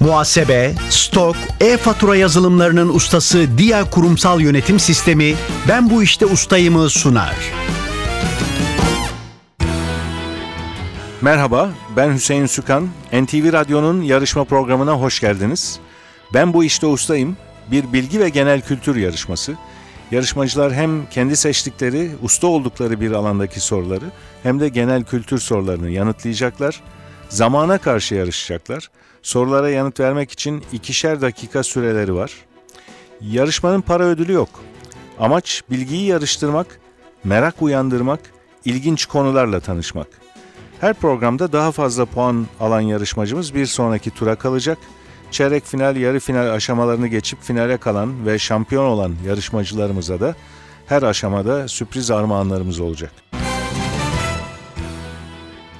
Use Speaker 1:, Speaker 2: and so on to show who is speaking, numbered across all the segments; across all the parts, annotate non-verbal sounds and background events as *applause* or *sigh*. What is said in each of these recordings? Speaker 1: muhasebe, stok, e-fatura yazılımlarının ustası Dia Kurumsal Yönetim Sistemi Ben Bu İşte Ustayım'ı sunar.
Speaker 2: Merhaba, ben Hüseyin Sükan. NTV Radyo'nun yarışma programına hoş geldiniz. Ben bu işte ustayım. Bir bilgi ve genel kültür yarışması. Yarışmacılar hem kendi seçtikleri, usta oldukları bir alandaki soruları hem de genel kültür sorularını yanıtlayacaklar. Zamana karşı yarışacaklar. Sorulara yanıt vermek için ikişer dakika süreleri var. Yarışmanın para ödülü yok. Amaç bilgiyi yarıştırmak, merak uyandırmak, ilginç konularla tanışmak. Her programda daha fazla puan alan yarışmacımız bir sonraki tura kalacak. Çeyrek final, yarı final aşamalarını geçip finale kalan ve şampiyon olan yarışmacılarımıza da her aşamada sürpriz armağanlarımız olacak.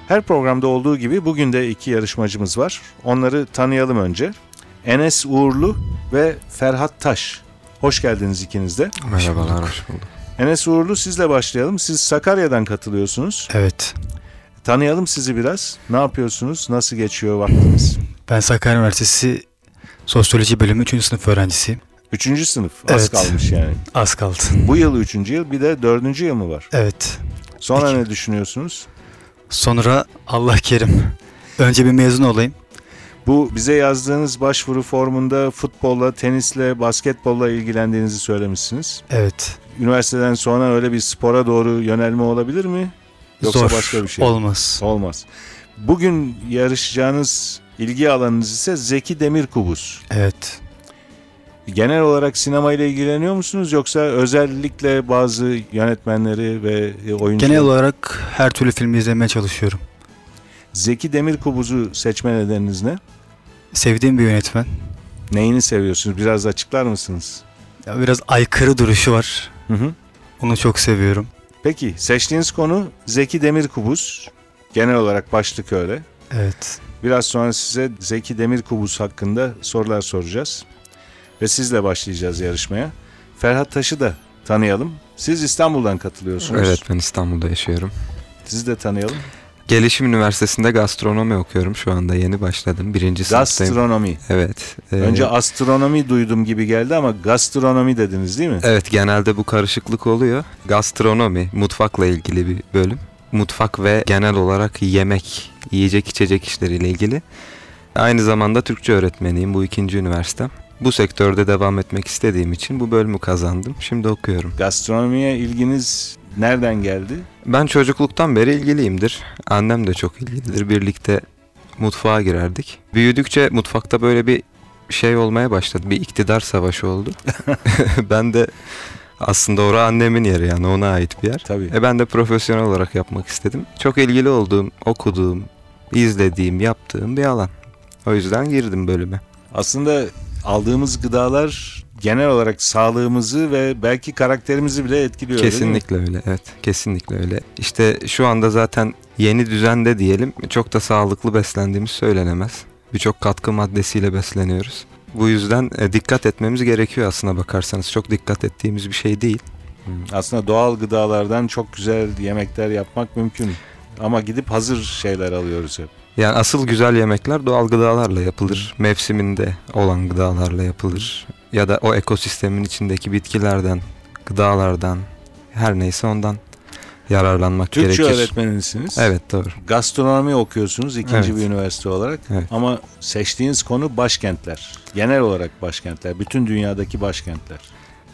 Speaker 2: Her programda olduğu gibi bugün de iki yarışmacımız var. Onları tanıyalım önce. Enes Uğurlu ve Ferhat Taş. Hoş geldiniz ikiniz de.
Speaker 3: Merhabalar, hoş bulduk.
Speaker 2: Enes Uğurlu sizle başlayalım. Siz Sakarya'dan katılıyorsunuz.
Speaker 3: Evet,
Speaker 2: Tanıyalım sizi biraz. Ne yapıyorsunuz? Nasıl geçiyor vaktiniz?
Speaker 3: ben Sakarya Üniversitesi Sosyoloji Bölümü 3. sınıf öğrencisiyim.
Speaker 2: Üçüncü sınıf. Az
Speaker 3: Evet.
Speaker 2: kalmış yani.
Speaker 3: Az kaldı.
Speaker 2: Bu yıl üçüncü yıl bir de dördüncü yıl mı var?
Speaker 3: Evet,
Speaker 2: Sonra
Speaker 3: Peki.
Speaker 2: ne düşünüyorsunuz?
Speaker 3: sonra Allah kerim. Önce bir mezun olayım.
Speaker 2: Bu bize yazdığınız başvuru formunda futbolla, tenisle, basketbolla ilgilendiğinizi söylemişsiniz.
Speaker 3: Evet,
Speaker 2: Üniversiteden sonra öyle bir spora doğru yönelme olabilir mi? Yoksa
Speaker 3: zor.
Speaker 2: başka bir şey. mi?
Speaker 3: Olmaz.
Speaker 2: Olmaz. Bugün yarışacağınız ilgi alanınız ise Zeki Demirkubuz.
Speaker 3: Evet,
Speaker 2: Genel olarak sinemayla ilgileniyor musunuz yoksa özellikle bazı yönetmenleri ve e, oyuncuları
Speaker 3: genel olarak her türlü filmi izlemeye çalışıyorum.
Speaker 2: Zeki Demirkubuz'u seçme nedeniniz ne?
Speaker 3: Sevdiğim bir yönetmen.
Speaker 2: Neyini seviyorsunuz? Biraz açıklar mısınız?
Speaker 3: Ya Biraz aykırı duruşu var.
Speaker 2: Hı hı.
Speaker 3: Onu çok seviyorum.
Speaker 2: Peki seçtiğiniz konu Zeki Demirkubuz. Genel olarak başlık öyle.
Speaker 3: Evet,
Speaker 2: Biraz sonra size Zeki Demirkubuz hakkında sorular soracağız. Ve sizle başlayacağız yarışmaya. Ferhat Taş'ı da tanıyalım. Siz İstanbul'dan katılıyorsunuz.
Speaker 4: Evet ben İstanbul'da yaşıyorum.
Speaker 2: Sizi de tanıyalım.
Speaker 4: Gelişim Üniversitesi'nde gastronomi okuyorum şu anda yeni başladım. Birinci sınıftayım.
Speaker 2: Gastronomi.
Speaker 4: Evet. e,
Speaker 2: Önce astronomi duydum gibi geldi ama gastronomi dediniz değil mi?
Speaker 4: Evet genelde bu karışıklık oluyor. Gastronomi mutfakla ilgili bir bölüm. Mutfak ve genel olarak yemek, yiyecek içecek işleriyle ilgili. Aynı zamanda Türkçe öğretmeniyim bu ikinci üniversitem. Bu sektörde devam etmek istediğim için bu bölümü kazandım. Şimdi okuyorum.
Speaker 2: Gastronomiye ilginiz nereden geldi?
Speaker 4: Ben çocukluktan beri ilgiliyimdir. Annem de çok ilgilidir. Birlikte mutfağa girerdik. Büyüdükçe mutfakta böyle bir şey olmaya başladı. Bir iktidar savaşı oldu. *laughs* ben de aslında orası annemin yeri yani ona ait bir yer.
Speaker 2: Tabii.
Speaker 4: E ben de profesyonel olarak yapmak istedim. Çok ilgili olduğum, okuduğum, izlediğim, yaptığım bir alan. O yüzden girdim bölüme.
Speaker 2: Aslında aldığımız gıdalar genel olarak sağlığımızı ve belki karakterimizi bile etkiliyor. değil mi?
Speaker 4: Kesinlikle öyle evet kesinlikle öyle. İşte şu anda zaten yeni düzende diyelim çok da sağlıklı beslendiğimiz söylenemez. Birçok katkı maddesiyle besleniyoruz. Bu yüzden e, dikkat etmemiz gerekiyor aslına bakarsanız. Çok dikkat ettiğimiz bir şey değil.
Speaker 2: Aslında doğal gıdalardan çok güzel yemekler yapmak mümkün. Ama gidip hazır şeyler alıyoruz hep.
Speaker 4: Yani asıl güzel yemekler doğal gıdalarla yapılır. Mevsiminde olan gıdalarla yapılır. Ya da o ekosistemin içindeki bitkilerden, gıdalardan, her neyse ondan yararlanmak
Speaker 2: Türkçe
Speaker 4: gerekir.
Speaker 2: öğretmenisiniz.
Speaker 4: Evet doğru.
Speaker 2: Gastronomi okuyorsunuz ikinci
Speaker 4: Evet.
Speaker 2: bir üniversite olarak.
Speaker 4: Evet.
Speaker 2: Ama seçtiğiniz konu başkentler. Genel olarak başkentler. Bütün dünyadaki başkentler.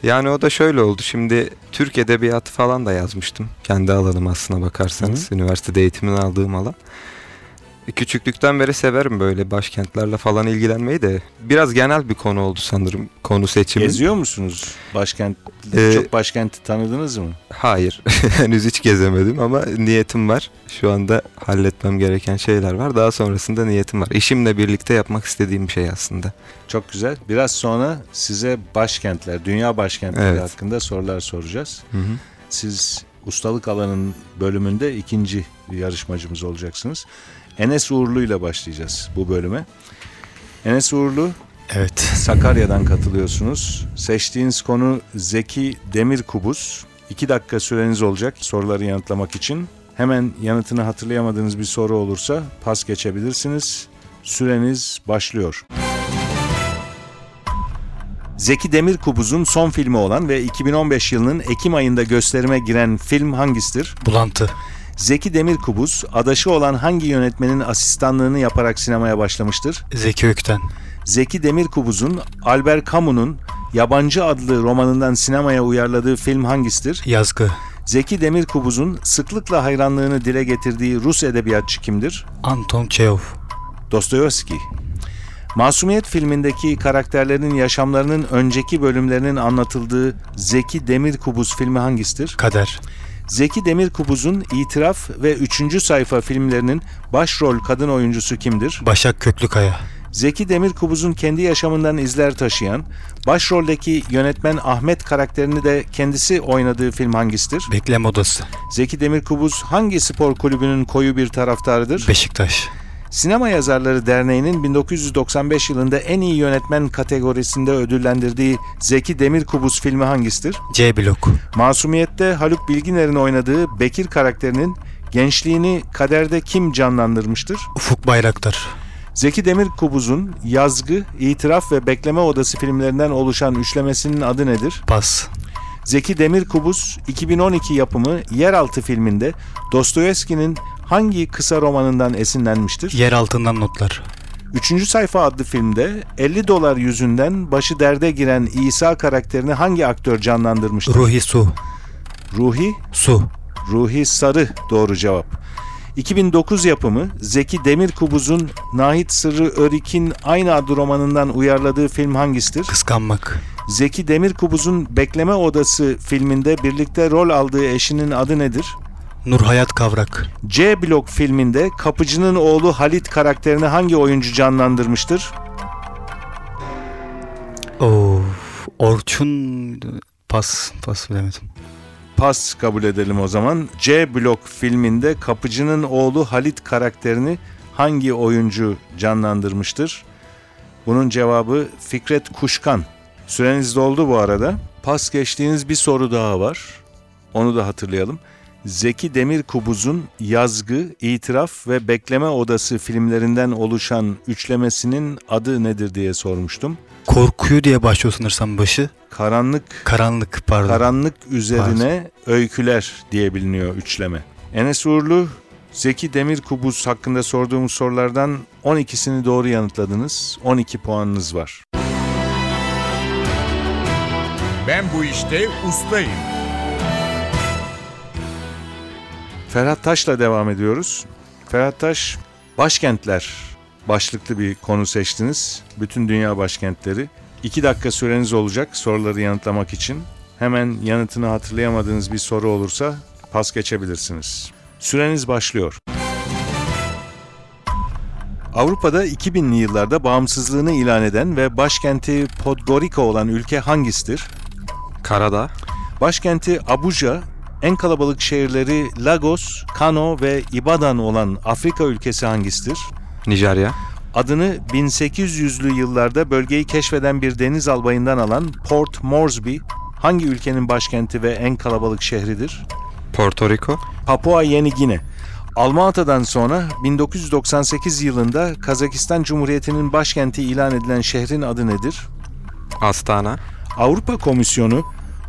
Speaker 4: Yani o da şöyle oldu. Şimdi Türk Edebiyatı falan da yazmıştım. Kendi alanım aslına bakarsanız. Üniversitede eğitimini aldığım alan. E, Küçüklükten beri severim böyle başkentlerle falan ilgilenmeyi de. Biraz genel bir konu oldu sanırım konu seçimi.
Speaker 2: Geziyor musunuz? Başkent,
Speaker 4: Ee,
Speaker 2: çok başkenti tanıdınız mı?
Speaker 4: Hayır. *laughs* Henüz hiç gezemedim ama niyetim var. Şu anda halletmem gereken şeyler var. Daha sonrasında niyetim var. İşimle birlikte yapmak istediğim bir şey aslında.
Speaker 2: Çok güzel. Biraz sonra size başkentler, dünya başkentleri
Speaker 4: Evet.
Speaker 2: hakkında sorular soracağız.
Speaker 4: Hı hı.
Speaker 2: Siz ustalık alanın bölümünde ikinci yarışmacımız olacaksınız. Enes Uğurlu ile başlayacağız bu bölüme. Enes Uğurlu,
Speaker 3: evet.
Speaker 2: Sakarya'dan katılıyorsunuz. Seçtiğiniz konu Zeki Demirkubuz. İki dakika süreniz olacak soruları yanıtlamak için. Hemen yanıtını hatırlayamadığınız bir soru olursa pas geçebilirsiniz. Süreniz başlıyor. Zeki Demirkubuz'un son filmi olan ve 2015 yılının Ekim ayında gösterime giren film hangisidir?
Speaker 3: Bulantı.
Speaker 2: Zeki Demirkubuz, adaşı olan hangi yönetmenin asistanlığını yaparak sinemaya başlamıştır?
Speaker 3: Zeki Ökten.
Speaker 2: Zeki Demirkubuz'un Albert Camus'un Yabancı adlı romanından sinemaya uyarladığı film hangisidir?
Speaker 3: Yazgı.
Speaker 2: Zeki Demirkubuz'un sıklıkla hayranlığını dile getirdiği Rus edebiyatçı kimdir?
Speaker 3: Anton Çehov.
Speaker 2: Dostoyevski. Masumiyet filmindeki karakterlerin yaşamlarının önceki bölümlerinin anlatıldığı Zeki Demirkubuz filmi hangisidir?
Speaker 3: Kader.
Speaker 2: Zeki Demirkubuz'un İtiraf ve Üçüncü Sayfa filmlerinin başrol kadın oyuncusu kimdir?
Speaker 3: Başak Köklükaya.
Speaker 2: Zeki Demirkubuz'un kendi yaşamından izler taşıyan, başroldeki yönetmen Ahmet karakterini de kendisi oynadığı film hangisidir?
Speaker 3: Bekleme Odası.
Speaker 2: Zeki Demirkubuz hangi spor kulübünün koyu bir taraftarıdır?
Speaker 3: Beşiktaş.
Speaker 2: Sinema Yazarları Derneği'nin 1995 yılında en iyi yönetmen kategorisinde ödüllendirdiği Zeki Demirkubuz filmi hangisidir?
Speaker 3: C Blok.
Speaker 2: Masumiyet'te Haluk Bilginer'in oynadığı Bekir karakterinin gençliğini kaderde kim canlandırmıştır?
Speaker 3: Ufuk Bayraktar.
Speaker 2: Zeki Demirkubuz'un Yazgı, İtiraf ve Bekleme Odası filmlerinden oluşan üçlemesinin adı nedir?
Speaker 3: Pas.
Speaker 2: Zeki Demirkubuz 2012 yapımı Yeraltı filminde Dostoyevski'nin hangi kısa romanından esinlenmiştir?
Speaker 3: Yer altından notlar.
Speaker 2: Üçüncü sayfa adlı filmde 50 dolar yüzünden başı derde giren İsa karakterini hangi aktör canlandırmıştır?
Speaker 3: Ruhi Su.
Speaker 2: Ruhi,
Speaker 3: Su.
Speaker 2: Ruhi Sarı doğru cevap. 2009 yapımı Zeki Demirkubuz'un Nahit Sırrı Örik'in aynı adlı romanından uyarladığı film hangisidir?
Speaker 3: Kıskanmak.
Speaker 2: Zeki Demirkubuz'un Bekleme Odası filminde birlikte rol aldığı eşinin adı nedir?
Speaker 3: Nur Hayat Kavrak.
Speaker 2: C Blok filminde kapıcının oğlu Halit karakterini hangi oyuncu canlandırmıştır?
Speaker 3: Of. Orçun. Pas. Pas bilemedim.
Speaker 2: Pas kabul edelim o zaman. C Blok filminde kapıcının oğlu Halit karakterini hangi oyuncu canlandırmıştır? Bunun cevabı Fikret Kuşkan. Süreniz doldu bu arada. Pas geçtiğiniz bir soru daha var. Onu da hatırlayalım. Zeki Demirkubuz'un Yazgı, İtiraf ve Bekleme Odası filmlerinden oluşan üçlemesinin adı nedir diye sormuştum.
Speaker 3: Korkuyu diye başlıyor sanırsam başı.
Speaker 2: Karanlık
Speaker 3: Karanlık pardon.
Speaker 2: Karanlık üzerine öyküler diye biliniyor üçleme. Enes Uğurlu, Zeki Demirkubuz hakkında sorduğumuz sorulardan 12'sini doğru yanıtladınız. 12 puanınız var.
Speaker 5: Ben bu işte ustayım.
Speaker 2: Ferhat Taş'la devam ediyoruz. Ferhat Taş, başkentler başlıklı bir konu seçtiniz. Bütün dünya başkentleri. 2 dakika süreniz olacak soruları yanıtlamak için. Hemen yanıtını hatırlayamadığınız bir soru olursa pas geçebilirsiniz. Süreniz başlıyor. Avrupa'da 2000'li yıllarda bağımsızlığını ilan eden ve başkenti Podgorica olan ülke hangisidir?
Speaker 4: Karadağ,
Speaker 2: Başkenti Abuja, en kalabalık şehirleri Lagos, Kano ve Ibadan olan Afrika ülkesi hangisidir?
Speaker 4: Nijerya,
Speaker 2: Adını 1800'lü yıllarda bölgeyi keşfeden bir deniz albayından alan Port Moresby hangi ülkenin başkenti ve en kalabalık şehridir?
Speaker 4: Porto Rico,
Speaker 2: Papua Yeni Gine. Almata'dan sonra 1998 yılında Kazakistan Cumhuriyeti'nin başkenti ilan edilen şehrin adı nedir?
Speaker 4: Astana,
Speaker 2: Avrupa Komisyonu,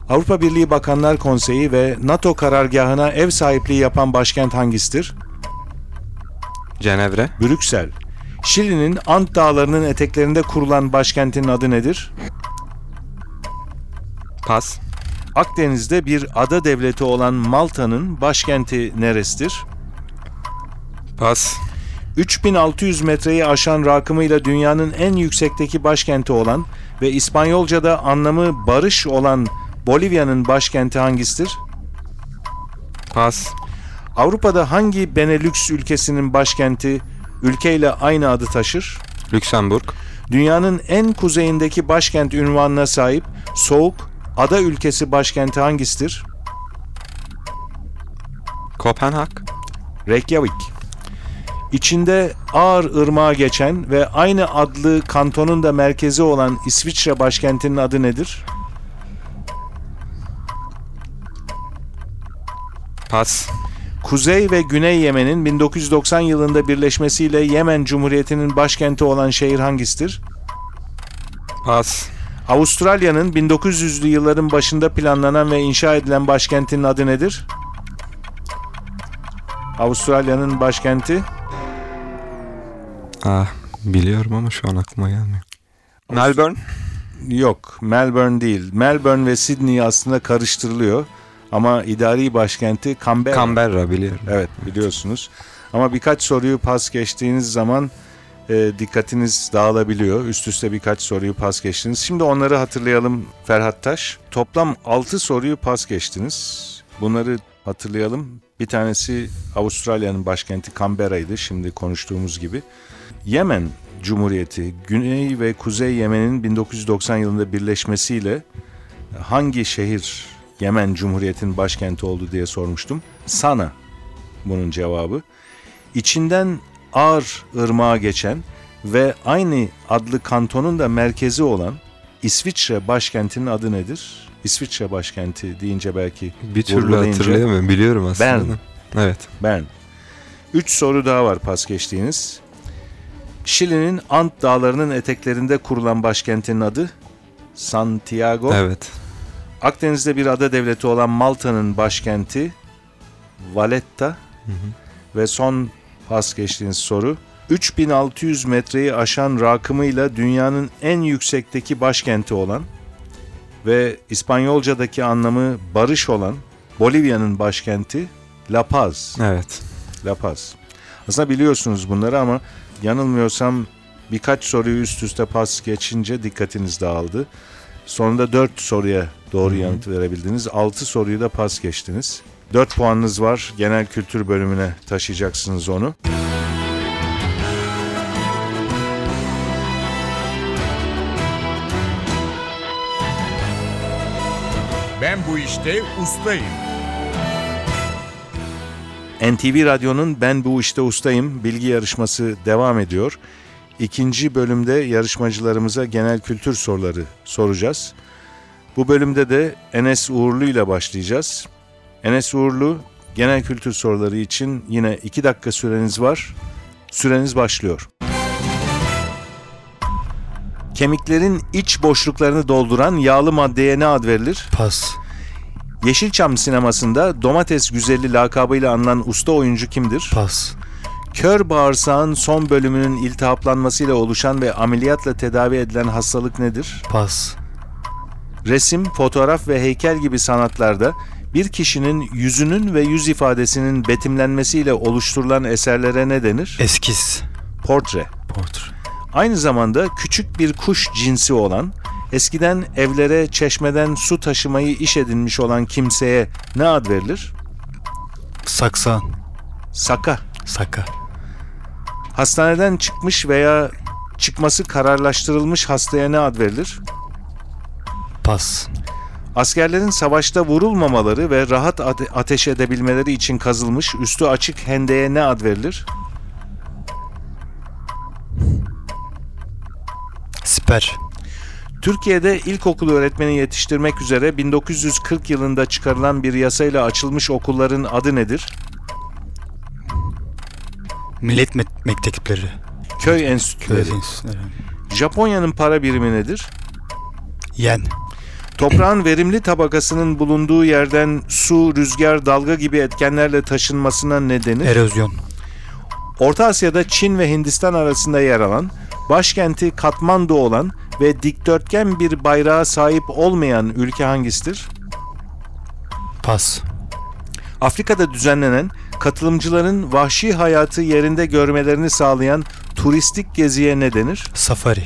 Speaker 2: Avrupa Birliği Bakanlar Konseyi ve NATO karargahına ev sahipliği yapan başkent hangisidir?
Speaker 4: Cenevre,
Speaker 2: Brüksel. Şili'nin Ant Dağları'nın eteklerinde kurulan başkentinin adı nedir?
Speaker 4: Pas,
Speaker 2: Akdeniz'de bir ada devleti olan Malta'nın başkenti neresidir?
Speaker 4: Pas,
Speaker 2: 3600 metreyi aşan rakımıyla dünyanın en yüksekteki başkenti olan ve İspanyolca'da anlamı barış olan Bolivya'nın başkenti hangisidir?
Speaker 4: Pas,
Speaker 2: Avrupa'da hangi Benelux ülkesinin başkenti ülkeyle aynı adı taşır?
Speaker 4: Lüksemburg,
Speaker 2: Dünyanın en kuzeyindeki başkent ünvanına sahip soğuk ada ülkesi başkenti hangisidir?
Speaker 4: Kopenhag,
Speaker 2: Reykjavik. İçinde Ağır Irmağı geçen ve aynı adlı kantonun da merkezi olan İsviçre başkentinin adı nedir?
Speaker 4: Pas,
Speaker 2: Kuzey ve Güney Yemen'in 1990 yılında birleşmesiyle Yemen Cumhuriyeti'nin başkenti olan şehir hangisidir?
Speaker 4: Pas,
Speaker 2: Avustralya'nın 1900'lü yılların başında planlanan ve inşa edilen başkentinin adı nedir? Avustralya'nın başkenti
Speaker 4: Ah biliyorum ama şu an aklıma gelmiyor. Melbourne.
Speaker 2: yok. Melbourne değil. Melbourne ve Sydney aslında karıştırılıyor. Ama idari başkenti Canberra.
Speaker 4: Canberra biliyorum.
Speaker 2: Evet biliyorsunuz. Ama birkaç soruyu pas geçtiğiniz zaman e, dikkatiniz dağılabiliyor. Üst üste birkaç soruyu pas geçtiniz. Şimdi onları hatırlayalım Ferhat Taş. Toplam 6 soruyu pas geçtiniz. Bunları hatırlayalım. Bir tanesi Avustralya'nın başkenti Canberra'ydı şimdi konuştuğumuz gibi. Yemen Cumhuriyeti, Güney ve Kuzey Yemen'in 1990 yılında birleşmesiyle e, hangi şehir Yemen Cumhuriyeti'nin başkenti oldu diye sormuştum. Sana bunun cevabı. İçinden Ağır Irmağı geçen ve aynı adlı kantonun da merkezi olan İsviçre başkentinin adı nedir? İsviçre başkenti deyince belki
Speaker 4: Bir türlü
Speaker 2: Vurgulayınca-
Speaker 4: hatırlayamıyorum. Biliyorum aslında. Ben. Evet.
Speaker 2: ben. Üç soru daha var pas geçtiğiniz. Şili'nin Ant Dağları'nın eteklerinde kurulan başkentinin adı Santiago.
Speaker 4: Evet.
Speaker 2: Akdeniz'de bir ada devleti olan Malta'nın başkenti Valletta ve son pas geçtiğiniz soru 3600 metreyi aşan rakımıyla dünyanın en yüksekteki başkenti olan ve İspanyolcadaki anlamı barış olan Bolivya'nın başkenti La Paz.
Speaker 4: Evet.
Speaker 2: La Paz. Aslında biliyorsunuz bunları ama yanılmıyorsam birkaç soruyu üst üste pas geçince dikkatiniz dağıldı. Sonunda 4 soruya doğru yanıt verebildiniz. 6 soruyu da pas geçtiniz. 4 puanınız var. Genel kültür bölümüne taşıyacaksınız onu.
Speaker 5: Ben bu işte ustayım.
Speaker 2: NTV Radyo'nun Ben Bu İşte Ustayım bilgi yarışması devam ediyor. İkinci bölümde yarışmacılarımıza genel kültür soruları soracağız. Bu bölümde de Enes Uğurlu ile başlayacağız. Enes Uğurlu genel kültür soruları için yine 2 dakika süreniz var. Süreniz başlıyor. Kemiklerin iç boşluklarını dolduran yağlı maddeye ne ad verilir?
Speaker 3: Pas.
Speaker 2: Yeşilçam sinemasında domates güzeli lakabıyla anılan usta oyuncu kimdir?
Speaker 3: Pas.
Speaker 2: Kör bağırsağın son bölümünün iltihaplanmasıyla oluşan ve ameliyatla tedavi edilen hastalık nedir?
Speaker 3: Pas.
Speaker 2: Resim, fotoğraf ve heykel gibi sanatlarda bir kişinin yüzünün ve yüz ifadesinin betimlenmesiyle oluşturulan eserlere ne denir?
Speaker 3: Eskiz.
Speaker 2: Portre.
Speaker 3: Portre.
Speaker 2: Aynı zamanda küçük bir kuş cinsi olan, eskiden evlere çeşmeden su taşımayı iş edinmiş olan kimseye ne ad verilir?
Speaker 3: Saksan.
Speaker 2: Saka.
Speaker 3: Saka.
Speaker 2: Hastaneden çıkmış veya çıkması kararlaştırılmış hastaya ne ad verilir?
Speaker 3: Pas.
Speaker 2: Askerlerin savaşta vurulmamaları ve rahat ate- ateş edebilmeleri için kazılmış üstü açık hendeğe ne ad verilir?
Speaker 3: Siper.
Speaker 2: Türkiye'de ilkokul öğretmeni yetiştirmek üzere 1940 yılında çıkarılan bir yasayla açılmış okulların adı nedir?
Speaker 3: Millet me- mektepleri.
Speaker 2: Köy enstitüleri.
Speaker 3: Köy enstitüleri.
Speaker 2: Japonya'nın para birimi nedir?
Speaker 3: Yen.
Speaker 2: Toprağın verimli tabakasının bulunduğu yerden su, rüzgar, dalga gibi etkenlerle taşınmasına ne denir?
Speaker 3: Erozyon.
Speaker 2: Orta Asya'da Çin ve Hindistan arasında yer alan, başkenti Katmandu olan ve dikdörtgen bir bayrağa sahip olmayan ülke hangisidir?
Speaker 3: Pas.
Speaker 2: Afrika'da düzenlenen, katılımcıların vahşi hayatı yerinde görmelerini sağlayan turistik geziye ne denir?
Speaker 3: Safari.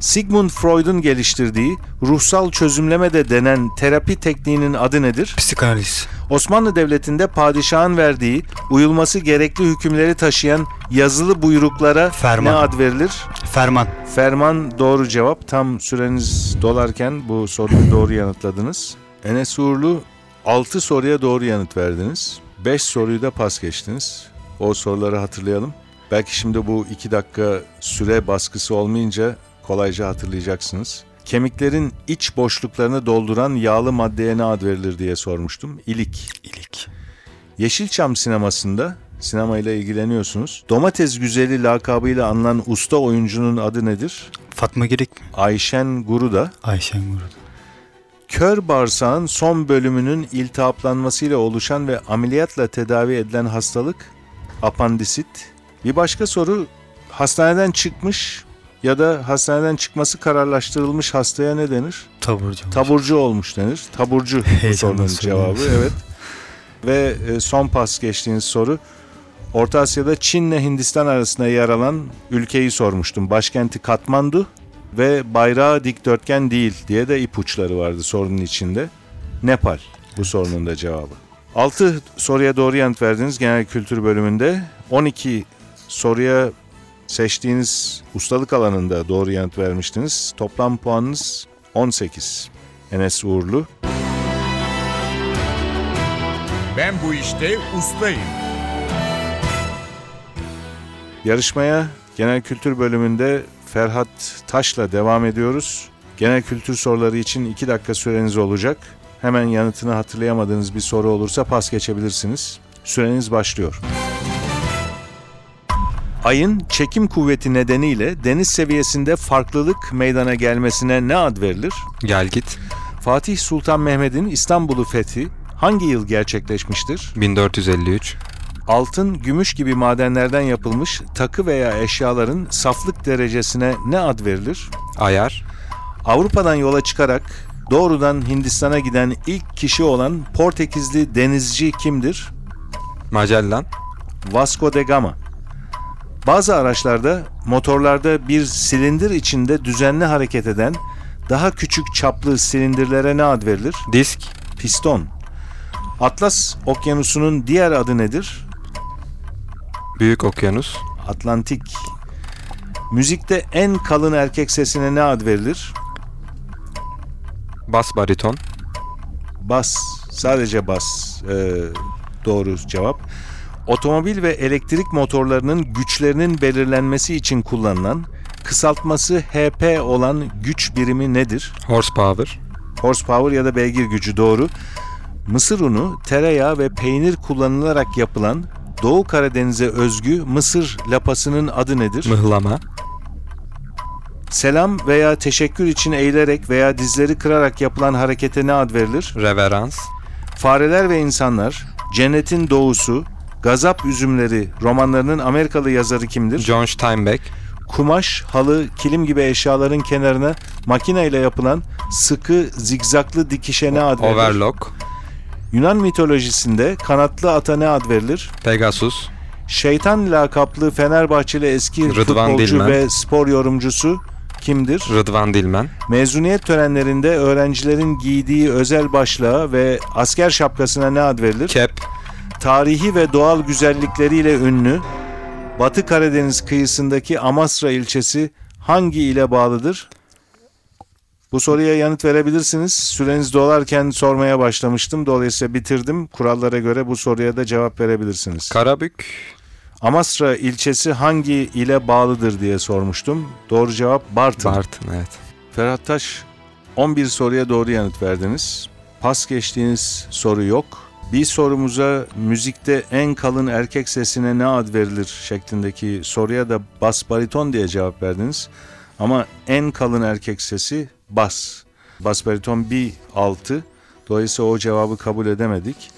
Speaker 2: Sigmund Freud'un geliştirdiği ruhsal çözümleme de denen terapi tekniğinin adı nedir?
Speaker 3: Psikanaliz.
Speaker 2: Osmanlı Devleti'nde padişahın verdiği uyulması gerekli hükümleri taşıyan yazılı buyruklara
Speaker 3: Ferman.
Speaker 2: ne ad verilir?
Speaker 3: Ferman.
Speaker 2: Ferman doğru cevap. Tam süreniz dolarken bu soruyu doğru yanıtladınız. Enes Uğurlu 6 soruya doğru yanıt verdiniz. 5 soruyu da pas geçtiniz. O soruları hatırlayalım. Belki şimdi bu 2 dakika süre baskısı olmayınca kolayca hatırlayacaksınız. Kemiklerin iç boşluklarını dolduran yağlı maddeye ne ad verilir diye sormuştum. İlik.
Speaker 3: İlik.
Speaker 2: Yeşilçam sinemasında sinemayla ilgileniyorsunuz. Domates güzeli lakabıyla anılan usta oyuncunun adı nedir?
Speaker 3: Fatma Girik mi?
Speaker 2: Ayşen Guru da
Speaker 3: Ayşen Gurur.
Speaker 2: Kör bağırsağın son bölümünün iltihaplanmasıyla oluşan ve ameliyatla tedavi edilen hastalık apandisit. Bir başka soru hastaneden çıkmış ya da hastaneden çıkması kararlaştırılmış hastaya ne denir?
Speaker 3: Taburcu.
Speaker 2: Taburcu olmuş denir. Taburcu bu
Speaker 3: Heyecandan
Speaker 2: sorunun
Speaker 3: söylüyorum.
Speaker 2: cevabı evet. Ve e, son pas geçtiğiniz soru Orta Asya'da Çin'le Hindistan arasında yer alan ülkeyi sormuştum. Başkenti Katmandu ve bayrağı dikdörtgen değil diye de ipuçları vardı sorunun içinde. Nepal bu sorunun da cevabı. 6 soruya doğru yanıt verdiniz genel kültür bölümünde. 12 soruya seçtiğiniz ustalık alanında doğru yanıt vermiştiniz. Toplam puanınız 18. Enes Uğurlu.
Speaker 5: Ben bu işte ustayım.
Speaker 2: Yarışmaya genel kültür bölümünde Ferhat Taş'la devam ediyoruz. Genel kültür soruları için 2 dakika süreniz olacak. Hemen yanıtını hatırlayamadığınız bir soru olursa pas geçebilirsiniz. Süreniz başlıyor. Ayın çekim kuvveti nedeniyle deniz seviyesinde farklılık meydana gelmesine ne ad verilir?
Speaker 4: Gel git.
Speaker 2: Fatih Sultan Mehmet'in İstanbul'u fethi hangi yıl gerçekleşmiştir?
Speaker 4: 1453.
Speaker 2: Altın, gümüş gibi madenlerden yapılmış takı veya eşyaların saflık derecesine ne ad verilir?
Speaker 4: Ayar.
Speaker 2: Avrupa'dan yola çıkarak doğrudan Hindistan'a giden ilk kişi olan Portekizli denizci kimdir?
Speaker 4: Magellan.
Speaker 2: Vasco da Gama. Bazı araçlarda motorlarda bir silindir içinde düzenli hareket eden daha küçük çaplı silindirlere ne ad verilir?
Speaker 4: Disk.
Speaker 2: Piston. Atlas Okyanusu'nun diğer adı nedir?
Speaker 4: Büyük okyanus.
Speaker 2: Atlantik. Müzikte en kalın erkek sesine ne ad verilir?
Speaker 4: Bas bariton.
Speaker 2: Bas. Sadece bas. Ee, doğru cevap. Otomobil ve elektrik motorlarının güçlerinin belirlenmesi için kullanılan, kısaltması HP olan güç birimi nedir?
Speaker 4: Horsepower.
Speaker 2: Horsepower ya da beygir gücü doğru. Mısır unu, tereyağı ve peynir kullanılarak yapılan Doğu Karadeniz'e özgü Mısır lapasının adı nedir?
Speaker 4: Mıhlama.
Speaker 2: Selam veya teşekkür için eğilerek veya dizleri kırarak yapılan harekete ne ad verilir?
Speaker 4: Reverans.
Speaker 2: Fareler ve İnsanlar, Cennetin Doğusu, Gazap Üzümleri romanlarının Amerikalı yazarı kimdir?
Speaker 4: John Steinbeck.
Speaker 2: Kumaş, halı, kilim gibi eşyaların kenarına makineyle yapılan sıkı zigzaklı dikişe ne ad verilir?
Speaker 4: Overlock.
Speaker 2: Yunan mitolojisinde kanatlı ata ne ad verilir?
Speaker 4: Pegasus.
Speaker 2: Şeytan lakaplı Fenerbahçeli eski
Speaker 4: Rıdvan
Speaker 2: futbolcu
Speaker 4: Dilmen.
Speaker 2: ve spor yorumcusu kimdir?
Speaker 4: Rıdvan Dilmen.
Speaker 2: Mezuniyet törenlerinde öğrencilerin giydiği özel başlığa ve asker şapkasına ne ad verilir?
Speaker 4: Kep.
Speaker 2: Tarihi ve doğal güzellikleriyle ünlü Batı Karadeniz kıyısındaki Amasra ilçesi hangi ile bağlıdır? Bu soruya yanıt verebilirsiniz. Süreniz dolarken sormaya başlamıştım. Dolayısıyla bitirdim. Kurallara göre bu soruya da cevap verebilirsiniz.
Speaker 4: Karabük.
Speaker 2: Amasra ilçesi hangi ile bağlıdır diye sormuştum. Doğru cevap Bartın.
Speaker 4: Bartın evet.
Speaker 2: Ferhat Taş 11 soruya doğru yanıt verdiniz. Pas geçtiğiniz soru yok. Bir sorumuza müzikte en kalın erkek sesine ne ad verilir şeklindeki soruya da bas bariton diye cevap verdiniz. Ama en kalın erkek sesi bas. Bas bariton bir altı. Dolayısıyla o cevabı kabul edemedik.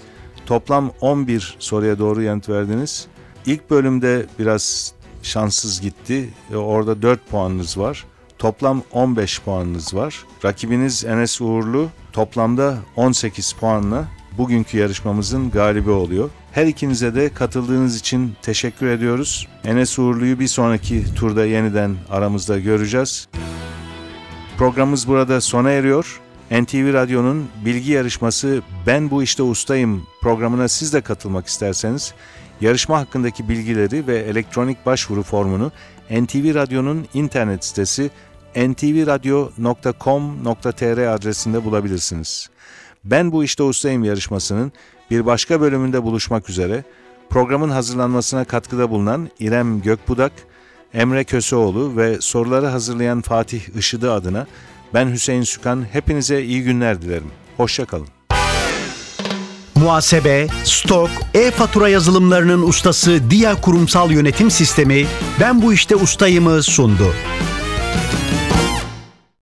Speaker 2: Toplam 11 soruya doğru yanıt verdiniz. İlk bölümde biraz şanssız gitti. E, Orada 4 puanınız var. Toplam 15 puanınız var. Rakibiniz Enes Uğurlu toplamda 18 puanla bugünkü yarışmamızın galibi oluyor. Her ikinize de katıldığınız için teşekkür ediyoruz. Enes Uğurlu'yu bir sonraki turda yeniden aramızda göreceğiz. Programımız burada sona eriyor. NTV Radyo'nun bilgi yarışması Ben Bu İşte Ustayım programına siz de katılmak isterseniz yarışma hakkındaki bilgileri ve elektronik başvuru formunu NTV Radyo'nun internet sitesi ntvradio.com.tr adresinde bulabilirsiniz. Ben Bu İşte Ustayım yarışmasının bir başka bölümünde buluşmak üzere programın hazırlanmasına katkıda bulunan İrem Gökbudak, Emre Köseoğlu ve soruları hazırlayan Fatih Işıdı adına ben Hüseyin Sükan hepinize iyi günler dilerim. Hoşçakalın.
Speaker 1: Muhasebe, stok, e-fatura yazılımlarının ustası Dia Kurumsal Yönetim Sistemi Ben Bu İşte Ustayım'ı sundu.